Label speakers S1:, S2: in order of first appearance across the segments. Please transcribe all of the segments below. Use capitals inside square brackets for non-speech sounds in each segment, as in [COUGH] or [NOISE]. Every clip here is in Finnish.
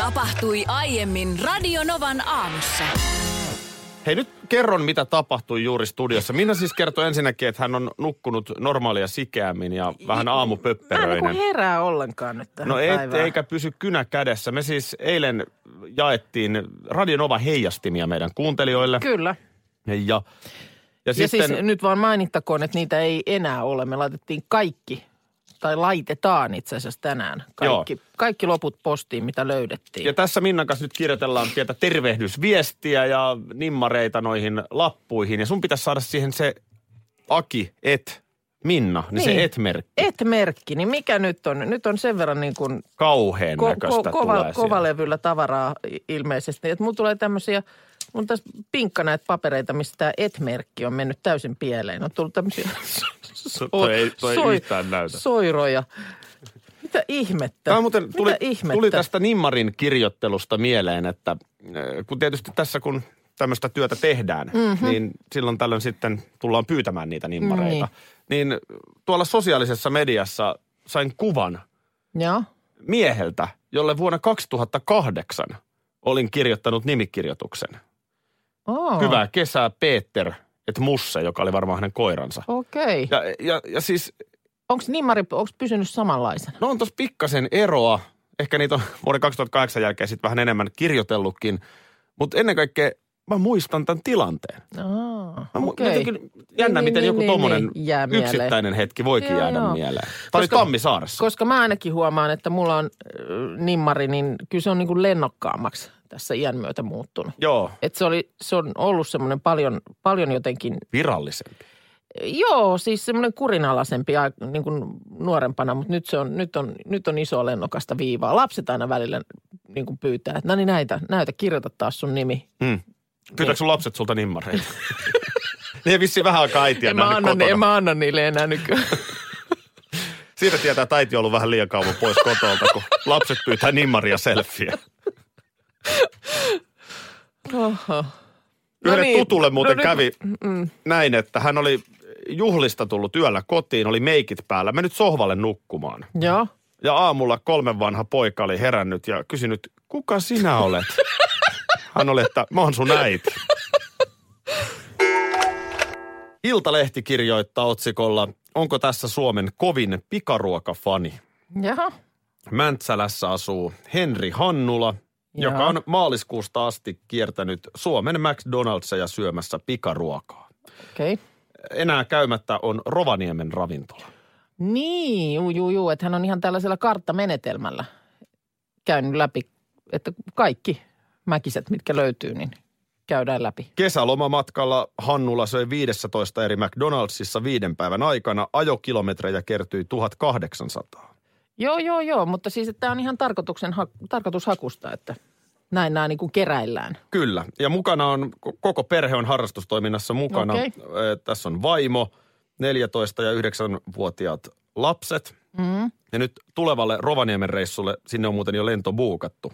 S1: Tapahtui aiemmin Radionovan aamussa.
S2: Hei nyt kerron, mitä tapahtui juuri studiossa. Minä siis kertoi ensinnäkin, että hän on nukkunut normaalia sikeämmin ja vähän
S3: Mä en
S2: aamupöpperöinen.
S3: niin herää ollenkaan nyt tähän
S2: niinku No et,
S3: päivään.
S2: eikä pysy kynä kädessä. Me siis eilen jaettiin Radionova heijastimia meidän kuuntelijoille.
S3: Kyllä.
S2: Ja, ja,
S3: Ja
S2: sitten,
S3: siis nyt vaan mainittakoon, että niitä ei enää ole. Me laitettiin kaikki, tai laitetaan itse asiassa tänään, kaikki, kaikki loput postiin, mitä löydettiin.
S2: ja tässä Minnan kanssa nyt kirjoitellaan pientä tervehdysviestiä ja nimmareita noihin lappuihin. Ja sun pitäisi saada siihen se Aki et Minna, niin, niin.
S3: Niin.
S2: se et-merkki.
S3: Et-merkki, niin mikä nyt on? Nyt on sen verran niin kuin
S2: Kauheen
S3: ko-
S2: näköistä
S3: ko- kova,
S2: tulee siellä.
S3: kovalevyllä tavaraa i- ilmeisesti. Et mulla tulee tämmöisiä, mun tässä pinkka näitä papereita, missä tämä et-merkki on mennyt täysin pieleen. On tullut tämmöisiä so-
S2: toi ei- toi ei yhtään näytä.
S3: soiroja. Mitä ihmettä?
S2: Tämä muuten tuli,
S3: Mitä ihmettä?
S2: tuli tästä Nimmarin kirjoittelusta mieleen, että ö, kun tietysti tässä kun tämmöistä työtä tehdään,
S3: Mhm.
S2: mm-hmm. niin silloin tällöin sitten tullaan pyytämään niitä nimmareita. Niin. niin tuolla sosiaalisessa mediassa sain kuvan
S3: Joo.
S2: mieheltä, jolle vuonna 2008 olin kirjoittanut nimikirjoituksen.
S3: Oh,
S2: Oh. Hyvää kesää Peter, et Musse, joka oli varmaan hänen koiransa.
S3: Okei. Okay.
S2: Ja, ja, ja siis
S3: Onko Nimari onks pysynyt samanlaisena?
S2: No on tuossa pikkasen eroa. Ehkä niitä on [LAUGHS] vuoden 2008 jälkeen sitten vähän enemmän kirjoitellutkin. Mutta ennen kaikkea mä muistan tämän tilanteen.
S3: Ah,
S2: Mä mu-
S3: okei.
S2: jotenkin jännä, niin, miten niin, joku niin, tommonen
S3: niin, jää mieleen.
S2: yksittäinen hetki voikin
S3: Joo,
S2: jäädä
S3: joo.
S2: mieleen. Tämä oli
S3: Koska-
S2: Tammisaaressa.
S3: Koska mä ainakin huomaan, että mulla on äh, nimmari, niin kyllä se on niin kuin lennokkaammaksi tässä iän myötä muuttunut.
S2: Joo,
S3: Et se, oli, se on ollut semmoinen paljon, paljon jotenkin,
S2: virallisempi.
S3: joo, siis semmoinen kurinalaisempi ai- niin kuin nuorempana, mutta nyt, se on, nyt, on, nyt on iso lennokasta viivaa. Lapset aina välillä niin kuin pyytää, että no niin näitä, näytä, kirjoita taas sun nimi.
S2: Mm. Pyytääkö sun lapset sulta [LAUGHS] nimmareita? ne ei vissiin vähän aikaa äitiä
S3: En mä,
S2: nähnyt
S3: anna,
S2: kotona.
S3: en mä anna niille enää nykyään.
S2: Siitä tietää, että äiti on ollut vähän liian kauan pois kotolta, kun lapset pyytää nimmaria selfieä.
S3: Oho.
S2: Yhdelle
S3: No niin.
S2: tutulle muuten
S3: No nyt-
S2: kävi näin, että hän oli juhlista tullut yöllä kotiin, oli meikit päällä, mennyt sohvalle nukkumaan.
S3: [LAUGHS] Joo.
S2: Ja aamulla kolmen vanha poika oli herännyt ja kysynyt, kuka sinä olet? Hän oli, että mä oon sun äiti. Iltalehti kirjoittaa otsikolla, onko tässä Suomen kovin pikaruokafani?
S3: Jaha.
S2: Mäntsälässä asuu Henri Hannula,
S3: Joo.
S2: joka on maaliskuusta asti kiertänyt Suomen McDonald'seja syömässä pikaruokaa.
S3: Okei. Okay.
S2: Enää käymättä on Rovaniemen ravintola.
S3: Niin, juu, juu, juu, että hän on ihan tällaisella karttamenetelmällä käynyt läpi, että kaikki mäkiset, mitkä löytyy, niin käydään läpi.
S2: Kesälomamatkalla Hannula söi 15 eri McDonald'sissa viiden päivän aikana. Ajokilometrejä kertyi 1800.
S3: Joo, joo, joo, mutta siis että tämä on ihan tarkoituksen, ha, tarkoitushakusta, että näin nämä niin kuin keräillään.
S2: Kyllä. Ja mukana on, ko- koko perhe on harrastustoiminnassa mukana.
S3: Okei.
S2: Ö, Tässä on vaimo, 14- ja 9-vuotiaat lapset.
S3: Mm.
S2: Ja nyt tulevalle Rovaniemen reissulle, sinne on muuten jo lento buukattu.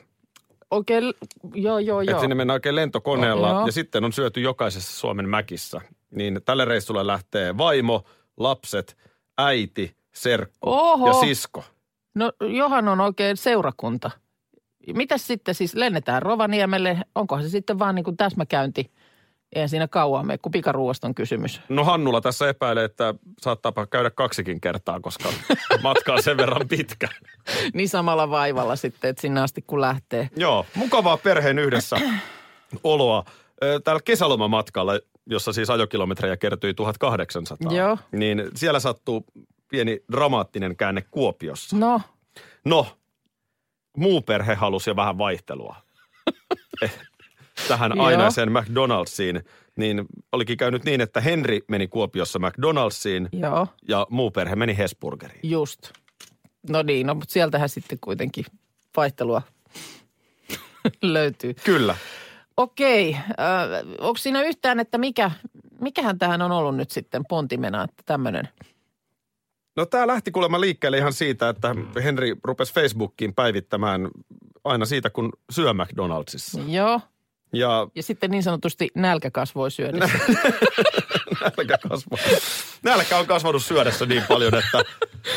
S3: Okei, l- joo, joo,
S2: Että
S3: joo.
S2: sinne mennään oikein lentokoneella
S3: Joo.
S2: ja sitten on syöty jokaisessa Suomen mäkissä. Niin tälle reissulle lähtee vaimo, lapset, äiti, serkku
S3: Oho.
S2: ja sisko.
S3: No Johan on oikein seurakunta. Mitäs sitten siis lennetään Rovaniemelle? Onkohan se sitten vaan niin kuin täsmäkäynti? Eihän siinä kauan mene, kun pikaruoasta on kysymys. [LAUGHS]
S2: No Hannula tässä epäilee, että saattaapa käydä kaksikin kertaa, koska matka on sen verran pitkä.
S3: Niin samalla vaivalla sitten, että sinne asti kun lähtee.
S2: Joo, mukavaa perheen yhdessä oloa. Ö, Täällä kesälomamatkalla, jossa siis ajokilometrejä kertyi 1800,
S3: Joo.
S2: niin siellä sattuu pieni dramaattinen käänne Kuopiossa.
S3: No,
S2: No, muu perhe halusi jo vähän vaihtelua [LAUGHS] Eh, tähän
S3: Joo.
S2: ainaiseen McDonald'siin. Niin olikin käynyt niin, että Henri meni Kuopiossa McDonald'siin
S3: joo,
S2: ja muu perhe meni Hesburgeriin.
S3: just. No niin, no, mutta sieltähän sitten kuitenkin vaihtelua [LAUGHS] löytyy.
S2: Kyllä.
S3: Okei, äh, onko siinä yhtään, että mikä, mikähän tähän on ollut nyt sitten pontimena, että tämmöinen?
S2: No tämä lähti kuulemma liikkeelle ihan siitä, että Henri rupesi Facebookiin päivittämään aina siitä, kun syö McDonaldsissa.
S3: Joo,
S2: Ja
S3: ja sitten niin sanotusti nälkä kasvoi syödessä.
S2: nälkä, kasva. nälkä on kasvanut syödessä niin paljon, että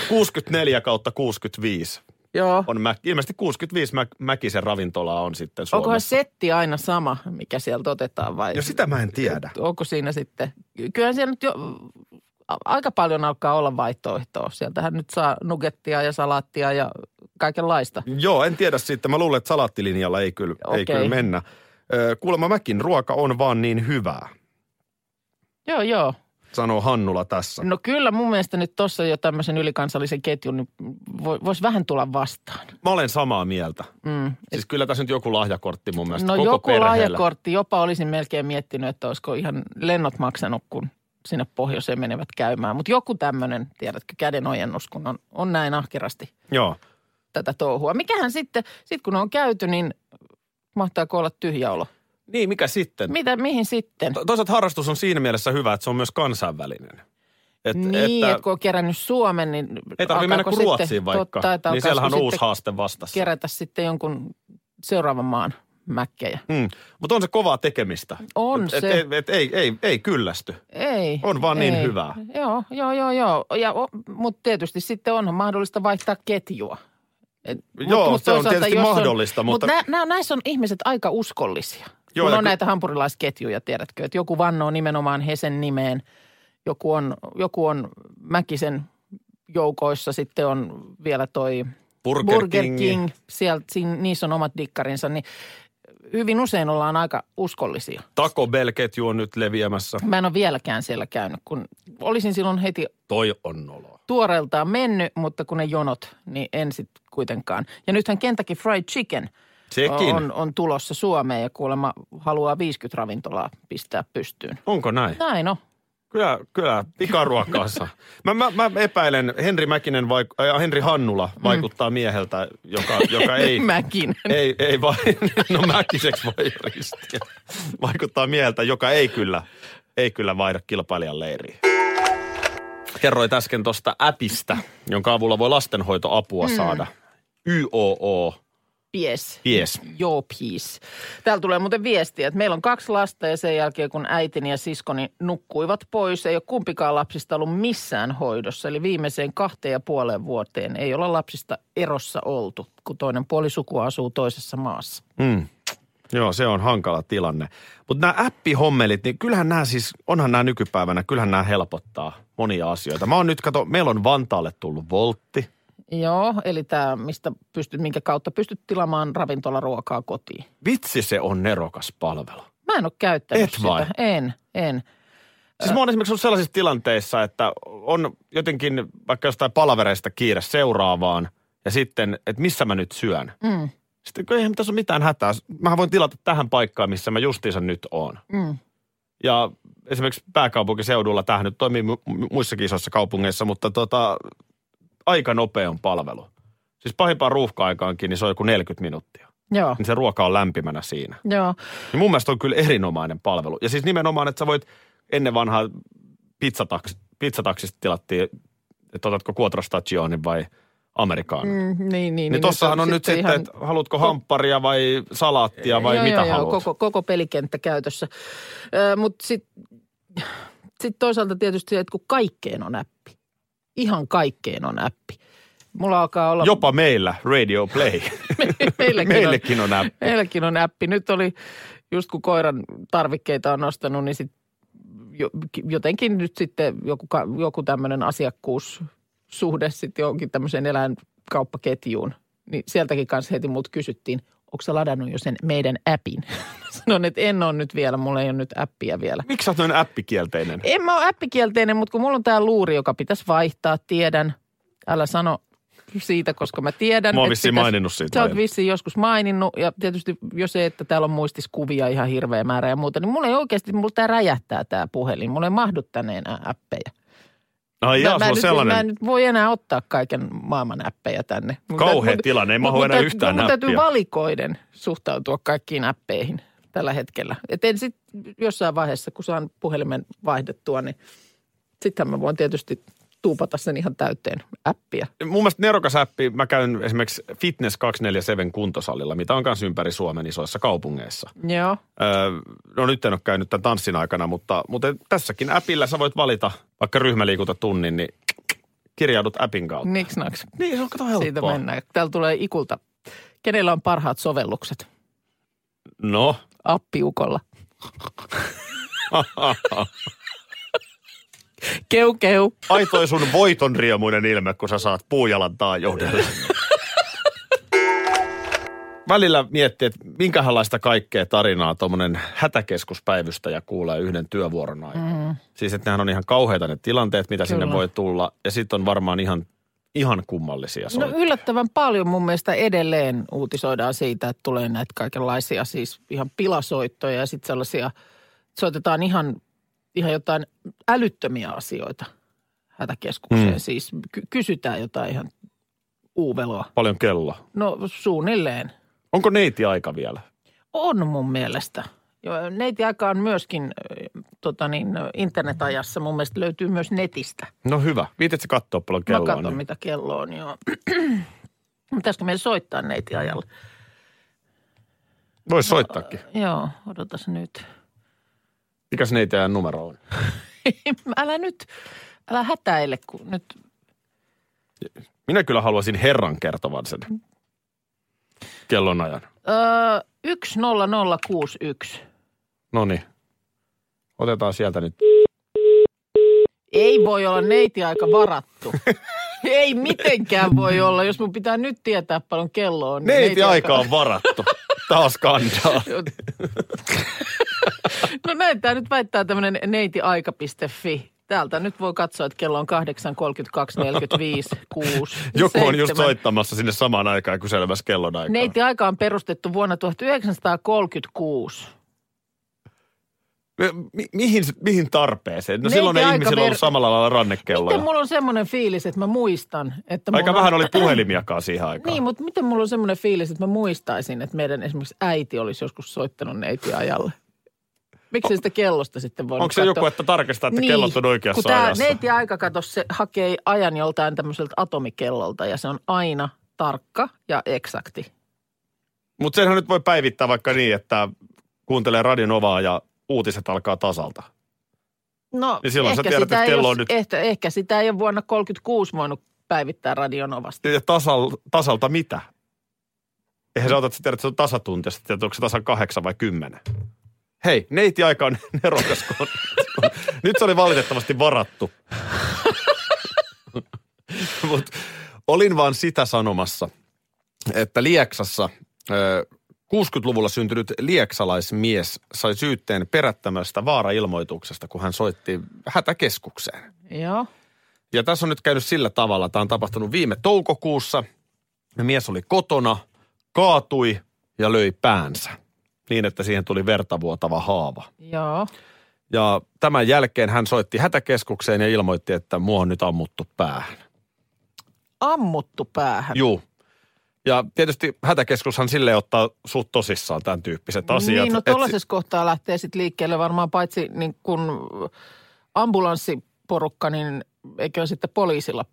S2: 64 kautta 65
S3: [LAUGHS] Joo.
S2: on Mäk, ilmeisesti 65 Mäk, Mäkisen ravintola on sitten Suomessa.
S3: Onkohan setti aina sama, mikä sieltä otetaan vai?
S2: Ja sitä mä en tiedä.
S3: Onko siinä sitten, kyllähän siellä nyt jo a- aika paljon alkaa olla vaihtoehtoa. Sieltähän nyt saa nugettia ja salaattia ja kaikenlaista.
S2: Joo, en tiedä sitten. Mä luulen, että salaattilinjalla ei kyllä, ei
S3: Okei.
S2: kyllä mennä. Ö, Kuulemma Mäkin ruoka on vaan niin hyvää,
S3: Joo, joo.
S2: sanoo Hannula tässä.
S3: No kyllä mun mielestä nyt tuossa jo tämmöisen ylikansallisen ketjun niin voisi vähän tulla vastaan.
S2: Mä olen samaa mieltä.
S3: Mm.
S2: Siis kyllä tässä nyt joku lahjakortti mun mielestä
S3: No
S2: koko
S3: joku
S2: perheellä.
S3: lahjakortti, jopa olisin melkein miettinyt, että olisiko ihan lennot maksanut, kun sinne pohjoiseen menevät käymään. Mutta joku tämmöinen, tiedätkö, kädenojennus, kun on, on näin ahkerasti
S2: Joo.
S3: tätä touhua. Mikähän sitten, sit kun on käyty, niin mahtaako olla tyhjä olo?
S2: Niin, mikä sitten?
S3: Mitä, mihin sitten?
S2: To- Toisaalta harrastus on siinä mielessä hyvä, että se on myös kansainvälinen. Et,
S3: niin, että, kun on kerännyt Suomen, niin
S2: ei tarvitse mennä
S3: alkaako
S2: kuin Ruotsiin
S3: sitten,
S2: vaikka,
S3: Totta, että
S2: niin
S3: alkaako
S2: siellähän on uusi
S3: sitten
S2: haaste vastassa.
S3: kerätä sitten jonkun seuraavan maan mäkkejä.
S2: Mm. Mutta on se kovaa tekemistä.
S3: On
S2: et,
S3: se.
S2: Et, et, ei, ei, ei kyllästy.
S3: Ei.
S2: On vaan niin
S3: ei.
S2: hyvää.
S3: Joo, joo, joo, joo. Ja, o, mutta tietysti sitten onhan mahdollista vaihtaa ketjua. Et,
S2: Joo, se on
S3: toisaalta
S2: tietysti
S3: jos
S2: mahdollista, mutta-
S3: Nä, nä, näissä on ihmiset aika uskollisia.
S2: Joo,
S3: Joo, kun
S2: ja
S3: on
S2: kun-
S3: näitä hampurilaisketjuja, tiedätkö, että joku vannoo nimenomaan Hesen nimeen, joku on, joku on Mäkisen joukoissa, sitten on vielä toi
S2: Burger,
S3: Burger, King. King. Sieltä, siinä, niissä on omat dikkarinsa, niin hyvin usein ollaan aika uskollisia.
S2: Taco Bell-ketju on nyt leviämässä.
S3: Mä en ole vieläkään siellä käynyt, kun olisin silloin heti
S2: Toi on noloa.
S3: tuoreeltaan mennyt, mutta kun ne jonot, niin en sitten kuitenkaan. Ja nythän Kentucky Fried Chicken
S2: Sekin. On.
S3: on, on tulossa Suomeen ja kuulemma haluaa 50 ravintolaa pistää pystyyn.
S2: Onko näin?
S3: Näin on.
S2: Kyllä, kyllä, pikaruokaansa. mä, mä, mä epäilen, Henri Mäkinen vaik- äh, Henri Hannula vaikuttaa mieheltä, joka, joka
S3: [LAUGHS]
S2: ei...
S3: Mäkin.
S2: Ei, ei vaan, [LAUGHS] no mäkiseksi voi ristiä. Vaikuttaa mieltä, joka ei kyllä, ei kyllä vaihda kilpailijan leiriin. Kerroit äsken tuosta appista, jonka avulla voi lastenhoitoapua saada. YOO,
S3: Pies.
S2: jes.
S3: Joo, piis. Täällä tulee muuten viestiä, että meillä on kaksi lasta ja sen jälkeen kun äitini ja siskoni nukkuivat pois, ei ole kumpikaan lapsista ollut missään hoidossa. Eli viimeiseen kahteen ja puoleen vuoteen ei olla lapsista erossa oltu, kun toinen puoli sukua asuu toisessa maassa.
S2: Mm. Joo, se on hankala tilanne. Mutta nämä appihommelit, niin kyllähän nämä siis, onhan nämä nykypäivänä, kyllähän nämä helpottaa monia asioita. Mä oon nyt, kato, meillä on Vantaalle tullut voltti.
S3: Joo, eli tämä, mistä pystyt, minkä kautta pystyt tilaamaan ravintolaruokaa kotiin.
S2: Vitsi, se on nerokas palvelu.
S3: Mä en ole käyttänyt
S2: Et
S3: sitä.
S2: vai?
S3: En, en.
S2: Siis mä oon esimerkiksi ollut sellaisissa tilanteissa, että on jotenkin vaikka jostain palavereista kiire seuraavaan ja sitten, että missä mä nyt syön.
S3: Mm,
S2: Sitten kun eihän tässä ole mitään hätää. Mä voin tilata tähän paikkaan, missä mä justiinsa nyt oon.
S3: mm.
S2: Ja esimerkiksi pääkaupunkiseudulla tähän nyt toimii mu- mu- muissakin isoissa kaupungeissa, mutta tota, aika nopea on palvelu. Siis pahimpaan ruuhka-aikaankin, niin se on joku 40 minuuttia.
S3: Joo,
S2: Niin se ruoka on lämpimänä siinä.
S3: joo.
S2: Niin mun mielestä on kyllä erinomainen palvelu. Ja siis nimenomaan, että sä voit ennen vanhaa pizzataks, pizzataksista tilattiin, että otatko kuotrostagionin vai amerikaan. Mm, niin,
S3: Mm, niin, niin.
S2: niin tossahan on nyt sitten,
S3: ihan-
S2: että haluatko hampparia vai salaattia vai
S3: joo,
S2: mitä
S3: joo,
S2: haluat.
S3: Joo, koko, koko pelikenttä käytössä. Mutta sitten sit toisaalta tietysti se, että kun kaikkeen on appi. Ihan kaikkeen on appi. Mulla alkaa olla...
S2: Jopa meillä Radio
S3: [LAUGHS]
S2: Play.
S3: meilläkin on-
S2: Meillekin on appi.
S3: Meilläkin on appi. Nyt oli, just kun koiran tarvikkeita on nostanut, niin sit jo- jotenkin nyt sitten joku, ka- joku tämmöinen asiakkuussuhde sitten johonkin tämmöiseen eläinkauppaketjuun. Niin sieltäkin kanssa heti mut kysyttiin, onko sä ladannut jo sen meidän appin? [LAUGHS] Sanoin, että en ole nyt vielä, mulla ei ole nyt appia vielä.
S2: Miksi sä oot noin appikielteinen?
S3: En mä ole appikielteinen, mutta kun mulla on tää luuri, joka pitäisi vaihtaa, tiedän. Älä sano siitä, koska mä tiedän.
S2: Mä oon
S3: että
S2: vissiin
S3: pitäis-
S2: maininnut siitä
S3: Sä oot
S2: aiemmin.
S3: vissiin joskus maininnut ja tietysti jo se, että täällä on muistiskuvia ihan hirveä määrä ja muuta, niin mulla ei oikeasti, mulla tää räjähtää tää puhelin. Mulla ei mahdu tänne enää appeja.
S2: Ai jaa,
S3: mä,
S2: sulla
S3: en
S2: No on
S3: nyt, mä
S2: sellainen.
S3: en nyt voi enää ottaa kaiken maailman näppejä tänne. Mun
S2: Kauhea
S3: täytyy-
S2: tilanne, Niin, ei
S3: mut-
S2: mahu
S3: mut
S2: enää
S3: täytyy-
S2: yhtään
S3: Mun täytyy
S2: näppiä.
S3: valikoiden suhtautua kaikkiin näppeihin tällä hetkellä. Et en sit jossain vaiheessa, kun saan puhelimen vaihdettua, niin sittenhän mä voin tietysti tuupata sen ihan täyteen äppiä.
S2: Mun mielestä nerokas appi, mä käyn esimerkiksi Fitness 247 kuntosalilla, mitä on myös ympäri Suomen isoissa kaupungeissa.
S3: Joo.
S2: Öö, no nyt en ole käynyt tämän tanssin aikana, mutta, mutta tässäkin appilla sä voit valita vaikka ryhmäliikuntatunnin, niin kirjaudut appin kautta.
S3: Niksnaks.
S2: Niin, se on kato
S3: Siitä
S2: helppoa.
S3: mennään. Täällä tulee ikulta. Kenellä on parhaat sovellukset?
S2: No. [LAUGHS]
S3: Appiukolla. Keu, keu.
S2: Ai toi sun voiton riemuinen ilme, kun sä saat puujalan taajoudelle. Välillä miettii, että minkälaista kaikkea tarinaa tuommoinen hätäkeskuspäivystäjä kuulee yhden työvuoron aikana. Mm. Siis, että nehän on ihan kauheita ne tilanteet, mitä Kyllä. sinne
S3: Mm-hmm. Kyllä.
S2: voi tulla. Ja sitten on varmaan ihan, ihan kummallisia
S3: No
S2: soittoja.
S3: yllättävän paljon mun mielestä edelleen uutisoidaan siitä, että tulee näitä kaikenlaisia siis ihan pilasoittoja ja sitten sellaisia, soitetaan ihan, ihan jotain älyttömiä asioita hätäkeskukseen.
S2: Mm.
S3: Mm. Siis ky- kysytään jotain ihan uuveloa.
S2: Paljon kello.
S3: No suunnilleen.
S2: Onko neiti aika vielä?
S3: On mun mielestä. Jo, Neiti aika on myöskin ö, tota niin, ö, internetajassa. Mun mielestä löytyy myös netistä.
S2: No hyvä. Viitit se katsoa paljon kelloa.
S3: Mä katson,
S2: niin-
S3: mitä kello on, joo. [CLEARS THROAT] Pitäisikö meidän soittaa neiti ajalle?
S2: Voisi soittaakin.
S3: Joo, odotas nyt. [LAUGHS]
S2: Mikäs neiti ajan numero on?
S3: älä nyt, älä hätäile, kun nyt,
S2: Minä kyllä haluaisin herran kertovan sen kellonajan.
S3: öö, 10061.
S2: No niin. Otetaan sieltä nyt.
S3: Ei voi olla neiti aika
S2: [LAUGHS]
S3: varattu. Ei mitenkään voi olla, jos mun pitää nyt tietää paljon kello on. niin
S2: Neiti aika on varattu. Taas kantaa.
S3: [LAUGHS] No näin tämä nyt väittää tämmöinen neitiaika.fi. Täältä nyt voi katsoa, että kello on 8, 32, 45, 6,
S2: Joku on just
S3: 7.
S2: soittamassa sinne samaan aikaan ja kyselemässä kellonaikaa.
S3: Neiti aika on perustettu vuonna 1936.
S2: Mi- mihin, se- mihin tarpeeseen? No
S3: Neiti
S2: silloin ei
S3: aika
S2: ihmisillä ollut
S3: ver-
S2: samalla lailla rannekelloja.
S3: Miten mulla on semmoinen fiilis, että mä muistan, että
S2: Aika
S3: mulla...
S2: vähän oli puhelimiakaan siihen aikaan.
S3: Niin, mutta miten mulla on semmoinen fiilis, että mä muistaisin, että meidän esimerkiksi äiti olisi joskus soittanut neiti ajalle? Miksi sitä kellosta sitten voi
S2: Onko se joku, että tarkistaa, että
S3: niin,
S2: kellot on oikeassa
S3: kun
S2: ajassa?
S3: neiti aika kato, se hakee ajan joltain tämmöiseltä atomikellolta ja se on aina tarkka ja eksakti.
S2: Mutta senhän nyt voi päivittää vaikka niin, että kuuntelee Radionovaa ja uutiset alkaa tasalta.
S3: No,
S2: Niin silloin sä
S3: ehkä,
S2: tiedät,
S3: sitä
S2: että
S3: ei
S2: kello
S3: ole-
S2: on nyt-
S3: Ehkä, ehkä sitä ei ole vuonna 36 voinut päivittää radionovasta.
S2: Ja tasal, tasalta mitä? Eihän sä ota, että sä tiedät, että se on tasatunti, ja sä tiedät, onko se tasan kahdeksan vai kymmenen. Hei, neiti aika on [LAUGHS] nerokas. kun on- Nyt se oli valitettavasti varattu. [LAUGHS] Mut olin vaan sitä sanomassa, että Lieksassa ö, 60-luvulla syntynyt lieksalaismies sai syytteen perättämästä vaarailmoituksesta, kun hän soitti hätäkeskukseen.
S3: Joo.
S2: Ja tässä on nyt käynyt sillä tavalla, tämä on tapahtunut viime toukokuussa. Ja Mies oli kotona, kaatui ja löi päänsä niin, että siihen tuli vertavuotava haava.
S3: Joo.
S2: Ja tämän jälkeen hän soitti hätäkeskukseen ja ilmoitti, että mua on nyt ammuttu päähän.
S3: Ammuttu päähän.
S2: Juu. Ja tietysti hätäkeskushan sille ottaa suht tosissaan tämän tyyppiset asiat.
S3: Niin, no
S2: Et si-
S3: tuollaisessa kohtaa lähtee sitten liikkeelle varmaan paitsi niin kun ambulanssiporukka, niin eikö sitten poliisilla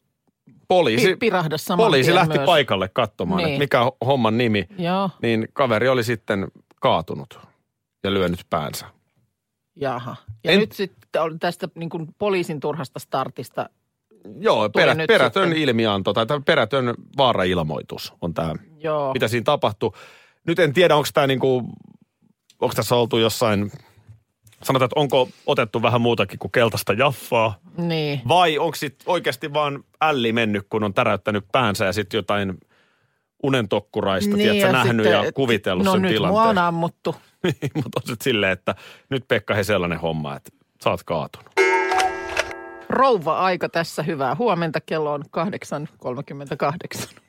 S2: poliisi,
S3: pi- pirahda saman
S2: poliisi
S3: tien
S2: lähti
S3: myös.
S2: paikalle katsomaan,
S3: Niin.
S2: että mikä on homman nimi.
S3: Joo,
S2: Niin kaveri oli sitten kaatunut ja lyönyt päänsä.
S3: jaha. Ja
S2: En-
S3: en... nyt sitten on tästä niin kun poliisin turhasta startista.
S2: Joo,
S3: Tuli
S2: perä,
S3: nyt
S2: perätön
S3: sitten.
S2: ilmianto tai tämä perätön vaarailmoitus on tämä,
S3: Joo.
S2: mitä siinä tapahtui. Nyt en tiedä, onko tämä niinku, onko tässä oltu jossain, sanotaan, että onko otettu vähän muutakin kuin keltaista jaffaa,
S3: Niin.
S2: vai onko sitten oikeasti vaan älli mennyt, kun on täräyttänyt päänsä ja sitten jotain unentokkuraista, niin, tiedätkö, nähnyt ja
S3: et-
S2: kuvitellut
S3: no
S2: sen
S3: nyt
S2: tilanteen.
S3: mua on
S2: [LAUGHS]
S3: ammuttu.
S2: Mutta on se silleen, että nyt Pekka he sellainen homma, että sä oot kaatunut.
S3: Rouva aika tässä, hyvää huomenta, kello on 8.38.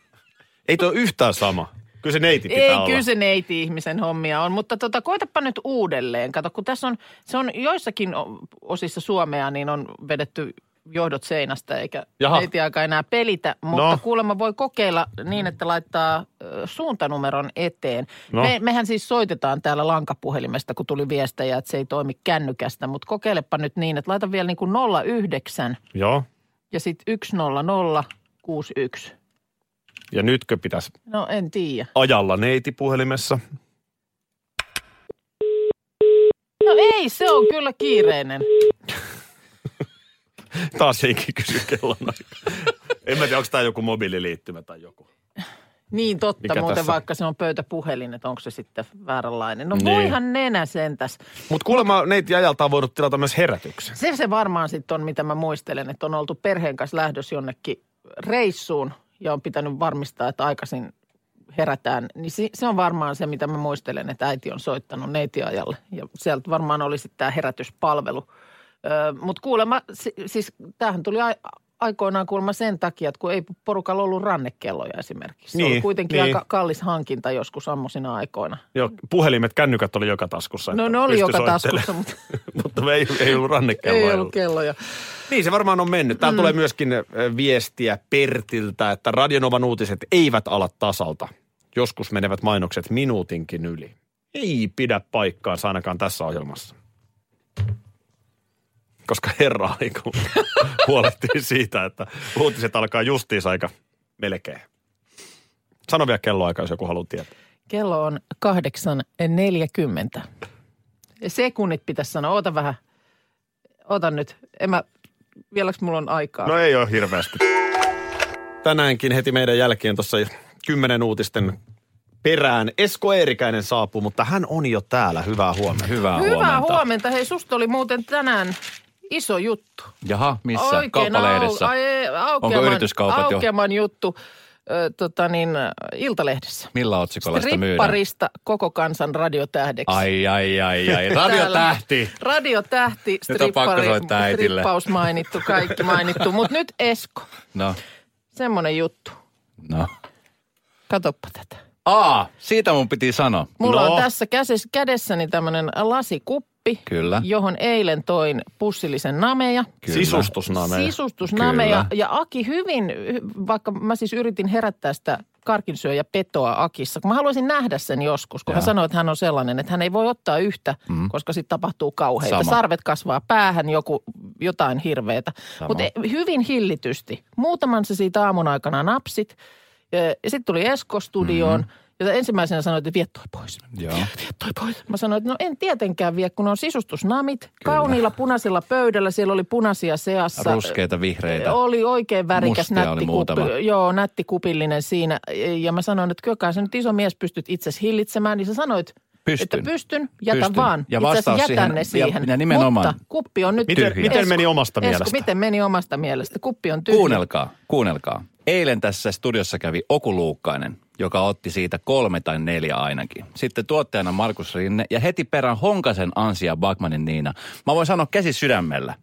S2: Ei toi yhtään sama. Kyllä se neiti pitää
S3: Ei,
S2: olla.
S3: kyllä se neiti ihmisen hommia on, mutta tota, koetapa nyt uudelleen. Kato, kun tässä on, se on joissakin o- osissa Suomea, niin on vedetty johdot seinästä, eikä
S2: Jaha.
S3: neiti aika enää pelitä. Mutta
S2: No.
S3: kuulemma voi kokeilla niin, että laittaa ö, suuntanumeron eteen.
S2: No.
S3: Me, mehän siis soitetaan täällä lankapuhelimesta, kun tuli viestejä, että se ei toimi kännykästä. Mutta kokeilepa nyt niin, että laita vielä niin kuin 09
S2: Joo.
S3: ja sitten 10061.
S2: Ja nytkö pitäisi
S3: No en tiedä.
S2: ajalla neiti puhelimessa?
S3: No ei, se on kyllä kiireinen.
S2: Taas eikin kysy kellon aikaa. En mä tiedä, onko tämä joku mobiililiittymä tai joku.
S3: Niin totta,
S2: Mikä
S3: muuten
S2: tässä?
S3: vaikka se on pöytäpuhelin, että onko se sitten vääränlainen. No
S2: Niin.
S3: voihan nenä sentäs.
S2: Mutta kuulemma neiti ajalta on voinut tilata myös herätyksen.
S3: Se se varmaan sitten on, mitä mä muistelen, että on oltu perheen kanssa lähdössä jonnekin reissuun ja on pitänyt varmistaa, että aikaisin herätään. Niin se, se on varmaan se, mitä mä muistelen, että äiti on soittanut neitiajalle. Ja sieltä varmaan oli sitten tämä herätyspalvelu. Öö, Mutta kuulemma, si- siis tämähän tuli a- aikoinaan kuulemma sen takia, että kun ei porukalla ollut rannekelloja esimerkiksi. Se oli
S2: Niin,
S3: kuitenkin
S2: niin.
S3: aika kallis hankinta joskus ammosina aikoina.
S2: Joo, puhelimet, kännykät oli joka taskussa.
S3: No
S2: että
S3: ne oli
S2: pystyi
S3: joka
S2: soittelemaan.
S3: taskussa, mutta
S2: [LAUGHS] mutta me ei, ei ollut rannekelloa.
S3: ei ollut kelloja.
S2: Niin se varmaan on mennyt. Täällä tulee myöskin ö, viestiä Pertiltä, että Radionovan uutiset eivät ala tasalta. Joskus menevät mainokset minuutinkin yli. Ei pidä paikkaansa ainakaan tässä ohjelmassa. Koska herra [LAUGHS] aiku huolehtii siitä, että uutiset alkaa justiinsa aika melkein. Sano vielä kelloaika, jos joku haluaa tietää.
S3: Kello on 8.40. Sekunnit pitäisi sanoa. Oota vähän. Oota nyt. En mä, vieläks mulla on aikaa?
S2: No ei ole hirveästi. Tänäänkin heti meidän jälkeen tuossa kymmenen uutisten perään Esko Eerikäinen saapuu, mutta hän on jo täällä. Hyvää huomenta.
S4: Hyvää,
S3: Hyvää
S4: huomenta.
S3: huomenta. Hei, susta oli muuten tänään iso juttu.
S4: Jaha, missä?
S3: Oikein
S4: Kauppalehdessä.
S3: au- ai ei, aukeaman,
S4: Onko yrityskaupat jo?
S3: aukeaman juttu ö, tota niin, ä, Iltalehdessä.
S4: Millä otsikolla sitä myydään?
S3: Stripparista koko kansan radiotähdeksi.
S4: Ai, ai, ai,
S3: [LAUGHS]
S4: ai. Radiotähti.
S3: Täällä Radiotähti,
S4: Nyt on pakko
S3: strippari,
S4: soittaa äitille.
S3: strippaus mainittu, kaikki mainittu. Mutta nyt Esko,
S4: No,
S3: semmoinen juttu.
S4: no.
S3: Katoppa tätä.
S4: Aa, siitä mun piti sanoa.
S3: Mulla
S2: No.
S3: on tässä käsis, kädessäni tämmöinen lasikuppi,
S4: Kyllä.
S3: johon eilen toin pussillisen nameja.
S4: Kyllä.
S2: Sisustusname.
S3: Sisustusnameja.
S4: Kyllä.
S3: Ja Aki hyvin, hy- vaikka mä siis yritin herättää sitä karkinsyöjä petoa Akissa. Kun mä haluaisin nähdä sen joskus, kun hän
S4: Jaa. Mm-hmm.
S3: sanoi, että hän on sellainen, että hän ei voi ottaa yhtä, mm. koska sitten tapahtuu kauheita.
S4: Sama.
S3: Sarvet kasvaa päähän, joku, jotain hirveetä. Mutta hyvin hillitysti. Muutaman se siitä aamun aikana napsit. Ja sitten tuli Esko studioon, mm.
S4: Mm-hmm.
S3: jota ensimmäisenä sanoi, että vie toi pois
S4: Joo.
S3: toi pois. Mä sanoin, että no en tietenkään vie, kun on sisustusnamit. Kyllä. Kauniilla punaisella pöydällä, siellä oli punaisia seassa.
S4: Ruskeita, vihreitä.
S3: Oli oikein värikäs,
S4: Mustia oli
S3: nätti,
S4: muutama.
S3: joo, nätti kupillinen siinä. Ja mä sanoin, että kyllä kai sä nyt iso mies pystyt itsesi hillitsemään. Niin sä sanoit,
S4: Pystyn.
S3: että pystyn, jätä
S4: Pystyn.
S3: vaan.
S4: Ja
S3: Itse asiassa
S4: vastaus
S3: jätän
S4: siihen-
S3: ne
S4: ja-
S3: siihen.
S4: ja nimenomaan.
S3: Mutta kuppi on nyt
S2: Miten-
S3: tyhjä.
S2: miten meni omasta
S3: Esko,
S2: mielestä?
S3: miten meni omasta mielestä? Kuppi on tyhjä.
S4: Kuunnelkaa, kuunnelkaa. Eilen tässä studiossa kävi Oku Luukkainen, joka otti siitä kolme tai neljä ainakin. Sitten tuottajana Markus Rinne ja heti perään Honkasen Ansi ja Bagmanin Niina. Mä voin sanoa käsi sydämellä,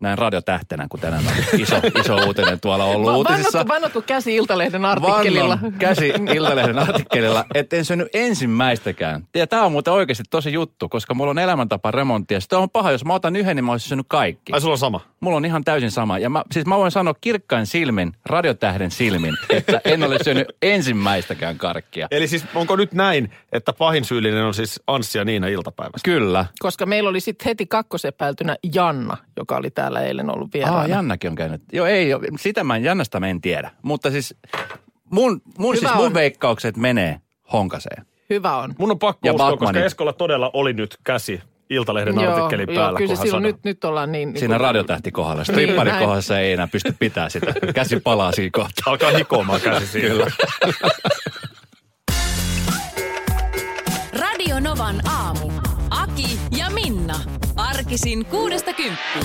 S4: näin radiotähtenä, kun tänään on iso, iso uutinen tuolla
S3: [LAUGHS]
S4: ollut
S3: Va-
S4: uutisissa.
S3: Vannotko, vannotko käsi Iltalehden artikkelilla?
S4: Vannon käsi Iltalehden artikkelilla, että en syönyt ensimmäistäkään. Ja tämä on muuten oikeasti tosi juttu, koska mulla on elämäntapa remontti ja sitä on paha, jos mä otan yhden, niin mä olisin syönyt kaikki.
S2: Ai sulla on sama.
S4: Mulla on ihan täysin sama. Ja mä, siis mä voin sanoa kirkkain silmin, radiotähden silmin, että en ole syönyt ensimmäistäkään karkkia.
S2: Eli siis onko nyt näin, että pahin syyllinen on siis Anssi ja Niina iltapäivästä?
S4: Kyllä.
S3: Koska meillä oli sitten heti kakkosepäiltynä Janna, joka oli täällä eilen ollut vieraana.
S4: Aa, Jannakin on käynyt. Joo, ei, oo. sitä mä en, Jannasta mä en tiedä. Mutta siis mun, mun,
S3: Hyvä
S4: siis mun
S3: on.
S4: veikkaukset menee honkaseen.
S3: Hyvä on.
S2: Mun on No pakko
S4: Ja
S2: uskoa, koska
S4: Backmanin.
S2: Eskolla todella oli nyt käsi Iltalehden artikkelin päällä.
S3: Joo, kyllä
S2: kun
S3: se
S2: hän
S3: silloin
S2: sanoi.
S3: nyt, nyt ollaan niin... niin
S4: Siinä
S3: kuin-
S4: radiotähtikohdalla.
S3: Niin, näin.
S4: Stripparikohdassa ei enää pysty pitää sitä. Käsi palaa siinä kohtaa.
S2: Alkaa hikoamaan käsi [LAUGHS] siinä.
S1: Radio Novan aamu. Aki ja Minna. Arkisin kuudesta kymppiin.